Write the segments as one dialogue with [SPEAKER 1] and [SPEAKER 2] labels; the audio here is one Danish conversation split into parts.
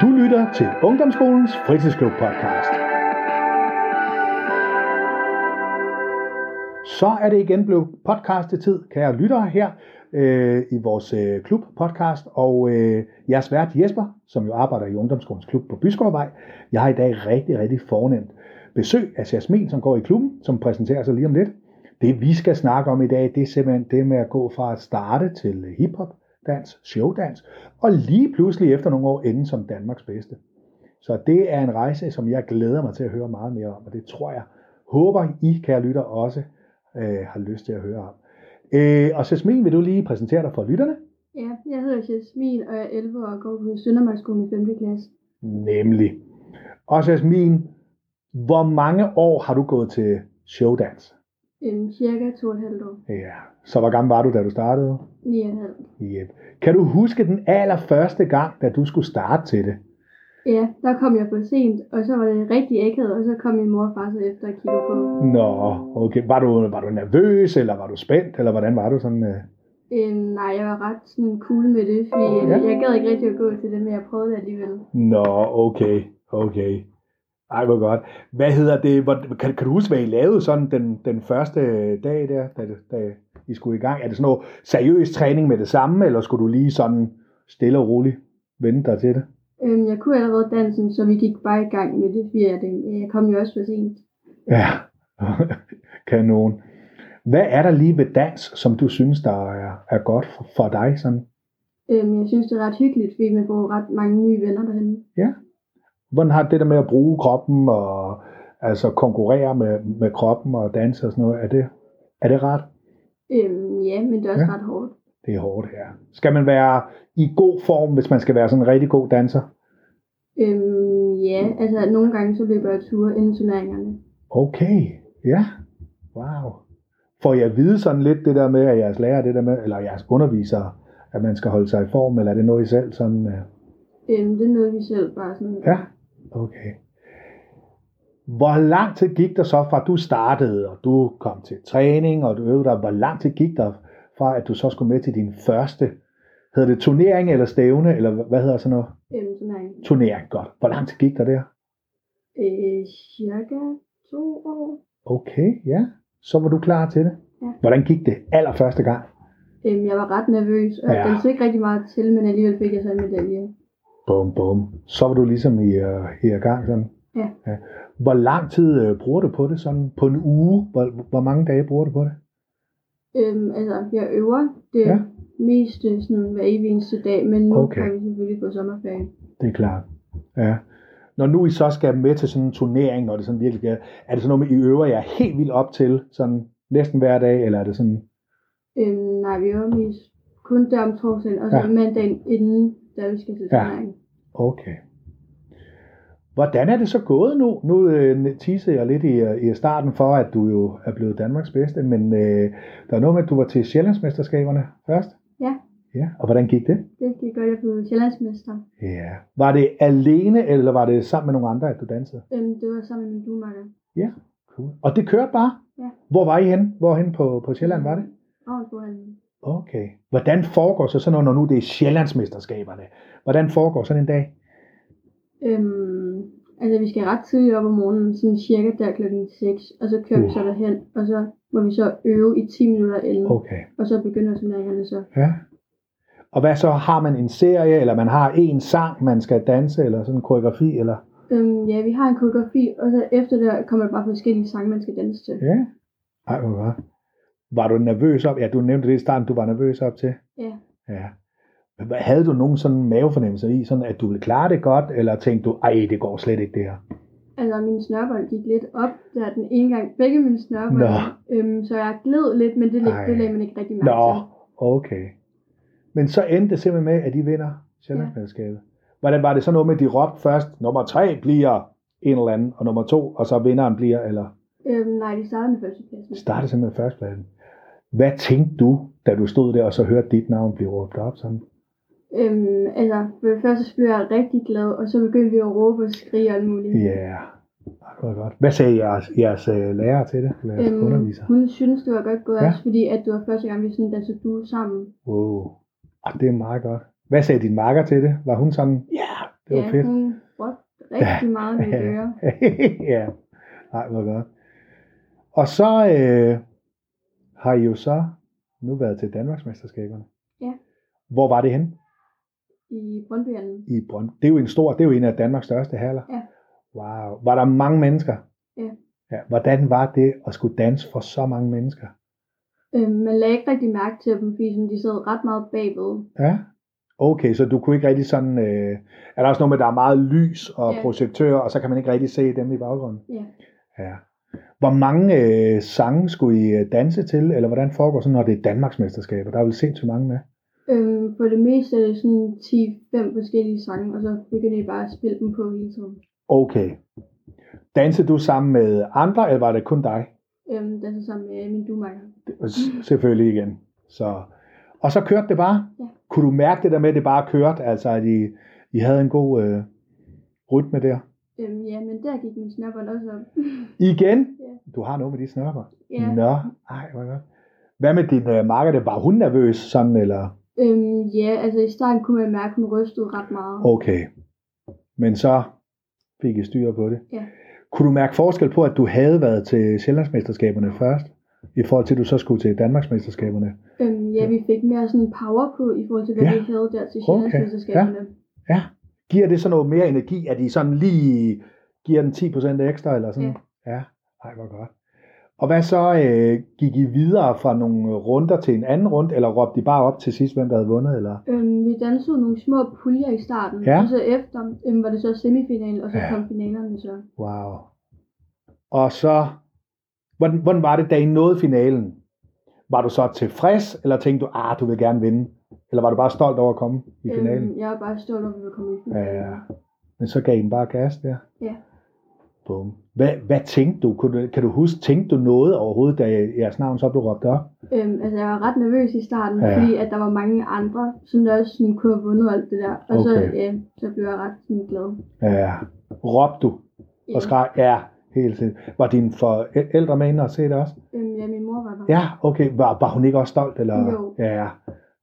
[SPEAKER 1] Du lytter til Ungdomsskolens Fritidsklub podcast. Så er det igen blevet podcastetid, kære lyttere her øh, i vores øh, klubpodcast, og øh, jeres vært Jesper, som jo arbejder i Ungdomsskolens Klub på Byskovvej, jeg har i dag rigtig, rigtig fornemt besøg af Jasmin, som går i klubben, som præsenterer sig lige om lidt. Det vi skal snakke om i dag, det er simpelthen det med at gå fra at starte til hiphop, dans, showdans, og lige pludselig efter nogle år ende som Danmarks bedste. Så det er en rejse, som jeg glæder mig til at høre meget mere om, og det tror jeg, håber I, kære lytter, også øh, har lyst til at høre om. Øh, og Jasmin, vil du lige præsentere dig for lytterne?
[SPEAKER 2] Ja, jeg hedder Jasmin, og jeg er 11 år og går på Søndermarkskolen i 5. klasse.
[SPEAKER 1] Nemlig. Og Jasmin, hvor mange år har du gået til showdans?
[SPEAKER 2] Øhm, cirka 2,5 år.
[SPEAKER 1] Ja, så hvor gammel var du, da du startede?
[SPEAKER 2] 9,5.
[SPEAKER 1] Yep. Kan du huske den allerførste gang, da du skulle starte til det?
[SPEAKER 2] Ja, der kom jeg for sent, og så var det rigtig ægget, og så kom min mor og far så efter og kiggede på.
[SPEAKER 1] Nå, okay. Var du, var du nervøs, eller var du spændt, eller hvordan var du sådan? Øh?
[SPEAKER 2] Øhm, nej, jeg var ret sådan cool med det, fordi
[SPEAKER 1] Ja.
[SPEAKER 2] ja. jeg gad ikke rigtig at gå til det, men jeg prøvede alligevel.
[SPEAKER 1] Nå, okay, okay. Ej, hvor godt. Hvad hedder det? Hvor, kan, kan du huske, hvad I lavede sådan den, den første dag der, da, da I skulle i gang? Er det sådan noget seriøs træning med det samme, eller skulle du lige sådan stille og roligt vente dig til det?
[SPEAKER 2] Øhm, jeg kunne allerede dansen, så vi gik bare i gang med det, fordi jeg, øh, jeg kom jo også for sent.
[SPEAKER 1] Ja, kanon. Hvad er der lige ved dans, som du synes, der er, er godt for, for dig? Sådan?
[SPEAKER 2] Øhm, jeg synes, det er ret hyggeligt, fordi man får ret mange nye venner derhen.
[SPEAKER 1] Hvordan har det der med at bruge kroppen og altså konkurrere med, med kroppen og danse og sådan noget, er det, er det ret?
[SPEAKER 2] Øhm, ja, men det er også
[SPEAKER 1] Ja.
[SPEAKER 2] ret hårdt.
[SPEAKER 1] Det er hårdt her. Skal man være i god form, hvis man skal være sådan en rigtig god danser?
[SPEAKER 2] Øhm, ja, altså nogle gange så løber jeg ture inden turneringerne.
[SPEAKER 1] Okay, ja. Wow. Får jeg at vide sådan lidt det der med, at jeres lærer det der med, eller jeres undervisere, at man skal holde sig i form, eller er det noget I selv sådan... øh,
[SPEAKER 2] Øhm, det nåede vi selv bare sådan.
[SPEAKER 1] Ja, okay. Hvor lang tid gik der så fra, at du startede, og du kom til træning, og du øvede dig, hvor lang tid gik der fra, at du så skulle med til din første, hedder det turnering eller stævne, eller hva- hvad hedder sådan noget?
[SPEAKER 2] Øhm, turnering.
[SPEAKER 1] Turnering, godt. Hvor lang tid gik der der?
[SPEAKER 2] Øh, cirka to år.
[SPEAKER 1] Okay, ja. Så var du klar til det?
[SPEAKER 2] Ja.
[SPEAKER 1] Hvordan gik det allerførste gang?
[SPEAKER 2] Øhm, jeg var ret nervøs, og
[SPEAKER 1] Ja.
[SPEAKER 2] ja. den så ikke rigtig meget til, men alligevel fik jeg så en medalje.
[SPEAKER 1] Bum, bum. Så var du ligesom i, øh, i gang sådan?
[SPEAKER 2] Ja.
[SPEAKER 1] ja. Hvor lang tid øh, bruger du på det sådan? På en uge? Hvor, hvor mange dage bruger du på det?
[SPEAKER 2] Øhm, altså, jeg øver det
[SPEAKER 1] Ja.
[SPEAKER 2] ja. meste sådan, hver evig eneste dag, men nu
[SPEAKER 1] Okay.
[SPEAKER 2] okay. kan vi selvfølgelig på sommerferie.
[SPEAKER 1] Det er klart. Ja. Når nu I så skal med til sådan en turnering, når det sådan virkelig er, er det sådan noget, I øver jer helt vildt op til, sådan næsten hver dag, eller er det sådan,
[SPEAKER 2] Øhm, nej, vi øver mest kun der om torsdagen, og så
[SPEAKER 1] Ja.
[SPEAKER 2] ja. mandagen inden, da vi skal til
[SPEAKER 1] Ja.
[SPEAKER 2] turnering.
[SPEAKER 1] okay. Hvordan er det så gået nu? Nu øh, teasede jeg lidt i, øh, i starten for, at du jo er blevet Danmarks bedste, men øh, der er noget med, at du var til Sjællandsmesterskaberne først?
[SPEAKER 2] Ja.
[SPEAKER 1] Ja, og hvordan gik det?
[SPEAKER 2] Det gik godt, jeg blev sjællandsmester.
[SPEAKER 1] Ja. Var det alene, eller var det sammen med nogle andre, at du dansede?
[SPEAKER 2] Øhm, det var sammen med min dumakker.
[SPEAKER 1] Cool. Og det kørte bare?
[SPEAKER 2] Ja.
[SPEAKER 1] Hvor var I hen? Hvorhen på, på Sjælland var det?
[SPEAKER 2] Ravnsborghallen.
[SPEAKER 1] Okay. Hvordan foregår så sådan noget, når nu det er Sjællandsmesterskaberne? Hvordan foregår sådan en dag?
[SPEAKER 2] Øhm, altså, vi skal ret tidligt op om morgenen, sådan cirka der klokken 6, og så
[SPEAKER 1] Uh.
[SPEAKER 2] kører vi så derhen, og så må vi så øve i 10 minutter inden, okay. og så begynder turneringerne så.
[SPEAKER 1] Ja. Og hvad så? Har man en serie, eller man har en sang, man skal danse, eller sådan en koreografi, eller?
[SPEAKER 2] Øhm, ja, vi har en koreografi, og så efter der kommer der bare forskellige sange, man skal danse til.
[SPEAKER 1] Ja. Ej, hvor var. Var du nervøs op? Ja, du nævnte det i starten, du var nervøs op til.
[SPEAKER 2] Ja.
[SPEAKER 1] Ja. Hvad- Havde du nogen sådan mavefornemmelse i, sådan at du ville klare det godt, eller tænkte du, ej, det går slet ikke det her?
[SPEAKER 2] Altså, min snørbold gik lidt op, der den ene gang, begge mine snørbold,
[SPEAKER 1] Nå.
[SPEAKER 2] øhm, så jeg gled lidt, men det,
[SPEAKER 1] Ej.
[SPEAKER 2] lag- det lagde man ikke rigtig mærke
[SPEAKER 1] Nå,
[SPEAKER 2] til.
[SPEAKER 1] okay. Men så endte det simpelthen med, at de vinder Sjællandsmesterskabet. Hvordan var det så noget med, at de råbte først, nummer tre bliver en eller anden, og nummer to, og så vinderen bliver, eller
[SPEAKER 2] Øhm, nej, de startede med førstepladsen.
[SPEAKER 1] startede simpelthen førstpladsen. Hvad tænkte du, da du stod der, og så hørte dit navn blive råbt op sådan?
[SPEAKER 2] Øhm, altså, for det første så blev jeg rigtig glad, og så begyndte vi at råbe og skrige og alt muligt.
[SPEAKER 1] Ja, yeah. det var godt. Hvad sagde jeres, jeres øh, lærer til det, eller jeres øhm.
[SPEAKER 2] Øhm,
[SPEAKER 1] underviser?
[SPEAKER 2] hun synes, det var godt gået
[SPEAKER 1] Ja.
[SPEAKER 2] ja. også, fordi at det var første gang, vi sådan dansede duo sammen.
[SPEAKER 1] Wow, ah, det er meget godt. Hvad sagde din marker til det? Var hun sådan, ja, yeah, det var
[SPEAKER 2] ja,
[SPEAKER 1] fedt?
[SPEAKER 2] hun brugte rigtig meget mine ører.
[SPEAKER 1] ja, nej, hvor godt. Og så øh, har I jo så nu været til Danmarksmesterskaberne.
[SPEAKER 2] Ja.
[SPEAKER 1] Hvor var det henne?
[SPEAKER 2] I Brøndbyhallen.
[SPEAKER 1] I Brønd. Det er jo en stor, det er jo en af Danmarks største haller.
[SPEAKER 2] Ja.
[SPEAKER 1] Wow. Var der mange mennesker?
[SPEAKER 2] Ja.
[SPEAKER 1] ja. Hvordan var det at skulle danse for så mange mennesker?
[SPEAKER 2] Øh, man lagde ikke rigtig mærke til dem, fordi sådan, de sad ret meget bagved.
[SPEAKER 1] Ja. Okay, så du kunne ikke rigtig sådan... Øh, er der også noget med, at der er meget lys og ja.
[SPEAKER 2] Ja.
[SPEAKER 1] projektører, og så kan man ikke rigtig se dem i baggrunden?
[SPEAKER 2] Ja.
[SPEAKER 1] Ja. Hvor mange øh, sange skulle I øh, danse til, eller hvordan foregår sådan, når det er Danmarksmesterskaber? Der er vel sindssygt mange med.
[SPEAKER 2] Øhm, for det meste er det sådan 10-5 forskellige sange, og så begynder de bare at spille dem på hele tiden.
[SPEAKER 1] Okay. Dansede du sammen med andre, eller var det kun dig?
[SPEAKER 2] Øhm, danser sammen med min dumakker.
[SPEAKER 1] S- Selvfølgelig igen. Så. Og så kørte det bare?
[SPEAKER 2] Ja.
[SPEAKER 1] Kunne du mærke det der med, at det bare kørte? Altså, at I, I havde en god øh, rytme der?
[SPEAKER 2] Øhm, ja, men der gik min snapper også op.
[SPEAKER 1] Igen?
[SPEAKER 2] Ja.
[SPEAKER 1] Du har noget med de snørper?
[SPEAKER 2] ja.
[SPEAKER 1] Nå, ej, hvor godt. Hvad med din øh, marker? Det- Var hun nervøs sådan, eller?
[SPEAKER 2] Øhm, ja, altså i starten kunne man mærke, at hun rystede ret meget.
[SPEAKER 1] Okay. Men så fik I styr på det.
[SPEAKER 2] Ja.
[SPEAKER 1] Kunne du mærke forskel på, at du havde været til Sjællandsmesterskaberne først, i forhold til, at du så skulle til Danmarksmesterskaberne?
[SPEAKER 2] Øhm, ja, vi fik mere sådan power på i forhold til, hvad
[SPEAKER 1] Ja.
[SPEAKER 2] ja. vi havde der til
[SPEAKER 1] Okay,
[SPEAKER 2] Sjællandsmesterskaberne.
[SPEAKER 1] Giver det sådan noget mere energi, at I sådan lige giver den 10% ekstra, eller sådan? Ja. ja. Ej, hvor godt. Og hvad så? Øh, gik I videre fra nogle runder til en anden runde, eller råbte I bare op til sidst, hvem der havde vundet, eller?
[SPEAKER 2] Øhm, vi dansede nogle små puljer i starten,
[SPEAKER 1] Ja.
[SPEAKER 2] og så efter øhm, var det så semifinal, og så
[SPEAKER 1] Ja.
[SPEAKER 2] ja. kom finalerne så.
[SPEAKER 1] Wow. Og så, hvordan, hvordan var det, da I nåede finalen? Var du så tilfreds, eller tænkte du, ah, du vil gerne vinde? Eller var du bare stolt over at komme i finalen?
[SPEAKER 2] Øhm, jeg er bare stolt over, at vi var kommet i finalen.
[SPEAKER 1] Ja, ja. Men så gav I den bare gas der?
[SPEAKER 2] Ja.
[SPEAKER 1] Bum. Hvad, hvad tænkte du? Kunne du? Kan du huske, tænkte du noget overhovedet, da jeres navn så blev råbt op?
[SPEAKER 2] Øhm, altså, jeg var ret nervøs i starten,
[SPEAKER 1] Ja.
[SPEAKER 2] ja. fordi at der var mange andre, som der også sådan, kunne have vundet og alt det der. Og så,
[SPEAKER 1] Okay.
[SPEAKER 2] ja, så blev jeg ret sådan, glad.
[SPEAKER 1] Ja. Råbte du
[SPEAKER 2] Ja.
[SPEAKER 1] og skreg? Ja, helt sikkert. Var dine forældre med inde og se det også?
[SPEAKER 2] Øhm, ja, min mor var der.
[SPEAKER 1] Ja, okay. Var, var hun ikke også stolt? Eller?
[SPEAKER 2] Jo.
[SPEAKER 1] Ja,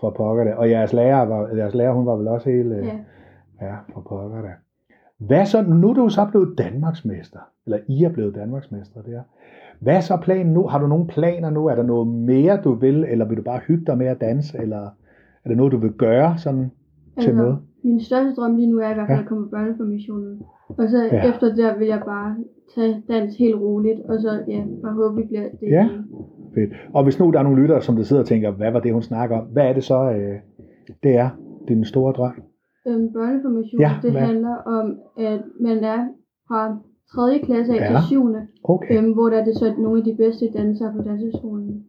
[SPEAKER 1] for pokker det. Og jeres lærer, var, jeres lærer hun var vel også helt... øh,
[SPEAKER 2] ja.
[SPEAKER 1] Ja, for pokker da. Hvad så, nu er du så blevet Danmarksmester, eller I er blevet Danmarksmester der. Hvad er så planen nu? Har du nogle planer nu? Er der noget mere, du vil, eller vil du bare hygge dig med at danse, eller er der noget, du vil gøre sådan til noget?
[SPEAKER 2] Altså, Min største drøm lige nu er i hvert fald
[SPEAKER 1] Ja.
[SPEAKER 2] ja. at komme på børneformissionen. Og så
[SPEAKER 1] Ja.
[SPEAKER 2] ja. efter der vil jeg bare tage dans helt roligt, og så ja, bare håbe, vi bliver det.
[SPEAKER 1] Ja. Fedt. Og hvis nu der er nogle lyttere, som der sidder og tænker, hvad var det, hun snakker om? Hvad er det så, øh, det er din store drøm?
[SPEAKER 2] Øhm, børneformation,
[SPEAKER 1] Ja,
[SPEAKER 2] ja, det
[SPEAKER 1] hvad?
[SPEAKER 2] handler om, at man er fra 3. klasse af
[SPEAKER 1] Ja.
[SPEAKER 2] ja. til 7.
[SPEAKER 1] Okay.
[SPEAKER 2] Øhm, hvor der er det så nogle af de bedste dansere på danseskolen.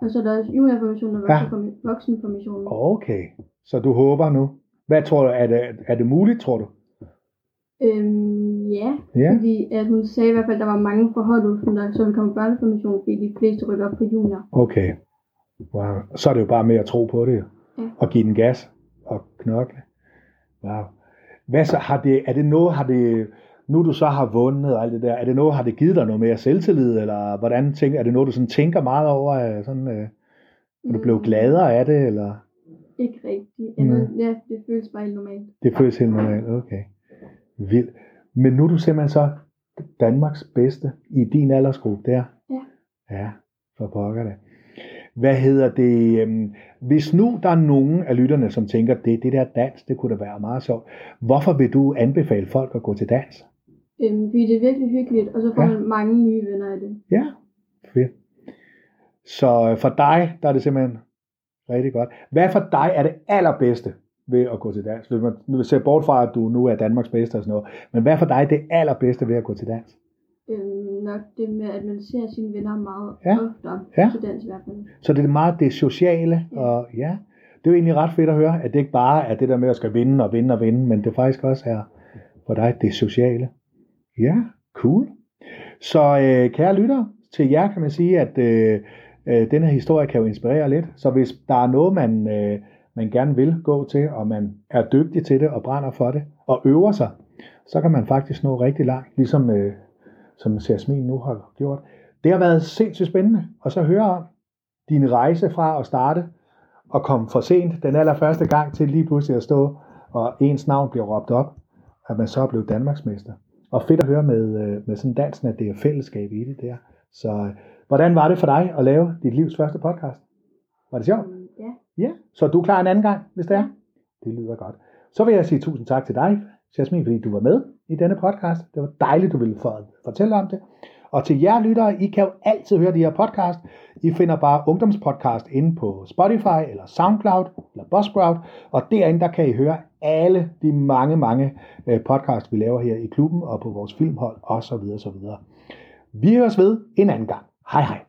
[SPEAKER 2] Og så er der også juniorformationen og
[SPEAKER 1] Ja.
[SPEAKER 2] voksenformi- voksenformationen.
[SPEAKER 1] Okay. Så du håber nu. Hvad tror du, er det, er det muligt, tror du?
[SPEAKER 2] Øhm, ja, fordi at hun sagde i hvert fald, at der var mange fra holdet, som der så ville komme på børneformation, fordi de fleste rykker op på junior.
[SPEAKER 1] Okay. Wow. Så er det jo bare med at tro på det.
[SPEAKER 2] Ja.
[SPEAKER 1] Og give den gas. Og knokle. Wow. Hvad så har det, er det noget, har det, nu du så har vundet og alt det der, er det noget, har det givet dig noget mere selvtillid, eller hvordan tænker, er det noget, du sådan tænker meget over, øh, sådan, øh, er du blevet
[SPEAKER 2] Mm,
[SPEAKER 1] gladere af det, eller
[SPEAKER 2] Ikke rigtigt.
[SPEAKER 1] Mm.
[SPEAKER 2] Eller, ja, det føles bare helt normalt.
[SPEAKER 1] det føles helt normalt, okay. Vildt. Men nu er du simpelthen så Danmarks bedste i din aldersgruppe der.
[SPEAKER 2] Ja.
[SPEAKER 1] Ja, for pokker det. Hvad hedder det? øhm, Hvis nu der er nogen af lytterne, som tænker, det, det der dans, det kunne da være meget sjovt. Hvorfor vil du anbefale folk at gå til dans?
[SPEAKER 2] Øhm, fordi det er virkelig hyggeligt, og så får
[SPEAKER 1] Ja.
[SPEAKER 2] ja. man mange nye venner af det.
[SPEAKER 1] Ja, fedt. Så øh, for dig, der er det simpelthen rigtig godt. Hvad for dig er det allerbedste ved at gå til dans? Hvis man nu ser bort fra, at du nu er Danmarks bedste og sådan noget. Men hvad for dig er det allerbedste ved at gå til dans?
[SPEAKER 2] Øhm, nok det med, at man ser sine venner meget
[SPEAKER 1] Ja.
[SPEAKER 2] oftere
[SPEAKER 1] Ja.
[SPEAKER 2] til dans i hvert fald.
[SPEAKER 1] Så det er meget det sociale,
[SPEAKER 2] Ja.
[SPEAKER 1] og ja, det er jo egentlig ret fedt at høre, at det ikke bare er det der med at skal vinde og vinde og vinde, men det faktisk også er for dig det sociale. Ja, cool. Så øh, kære lyttere, til jer kan man sige, at øh, øh, den her historie kan jo inspirere lidt. Så hvis der er noget, man, øh, man gerne vil gå til, og man er dygtig til det og brænder for det, og øver sig, så kan man faktisk nå rigtig langt, ligesom øh, som Jasmin nu har gjort. Det har været sindssygt spændende, og så høre om din rejse fra at starte at komme for sent den allerførste gang til lige pludselig at stå, og ens navn bliver råbt op, at man så er blevet Danmarksmester. Og fedt at høre med, øh, med sådan dansen, at det er fællesskab i det der. Så øh, hvordan var det for dig at lave dit livs første podcast? Var det sjovt?
[SPEAKER 2] Øhm, Ja.
[SPEAKER 1] Ja, så er du klar en anden gang, hvis det er? Det lyder godt. Så vil jeg sige tusind tak til dig, Jasmin, fordi du var med i denne podcast. Det var dejligt, du ville fortælle om det. Og til jer lyttere, I kan jo altid høre de her podcast. I finder bare Ungdomspodcast inde på Spotify, eller Soundcloud, eller Buzzsprout. Og derinde, der kan I høre alle de mange, mange øh, podcasts, vi laver her i klubben, og på vores filmhold, osv. osv. Vi høres ved en anden gang. Hej hej.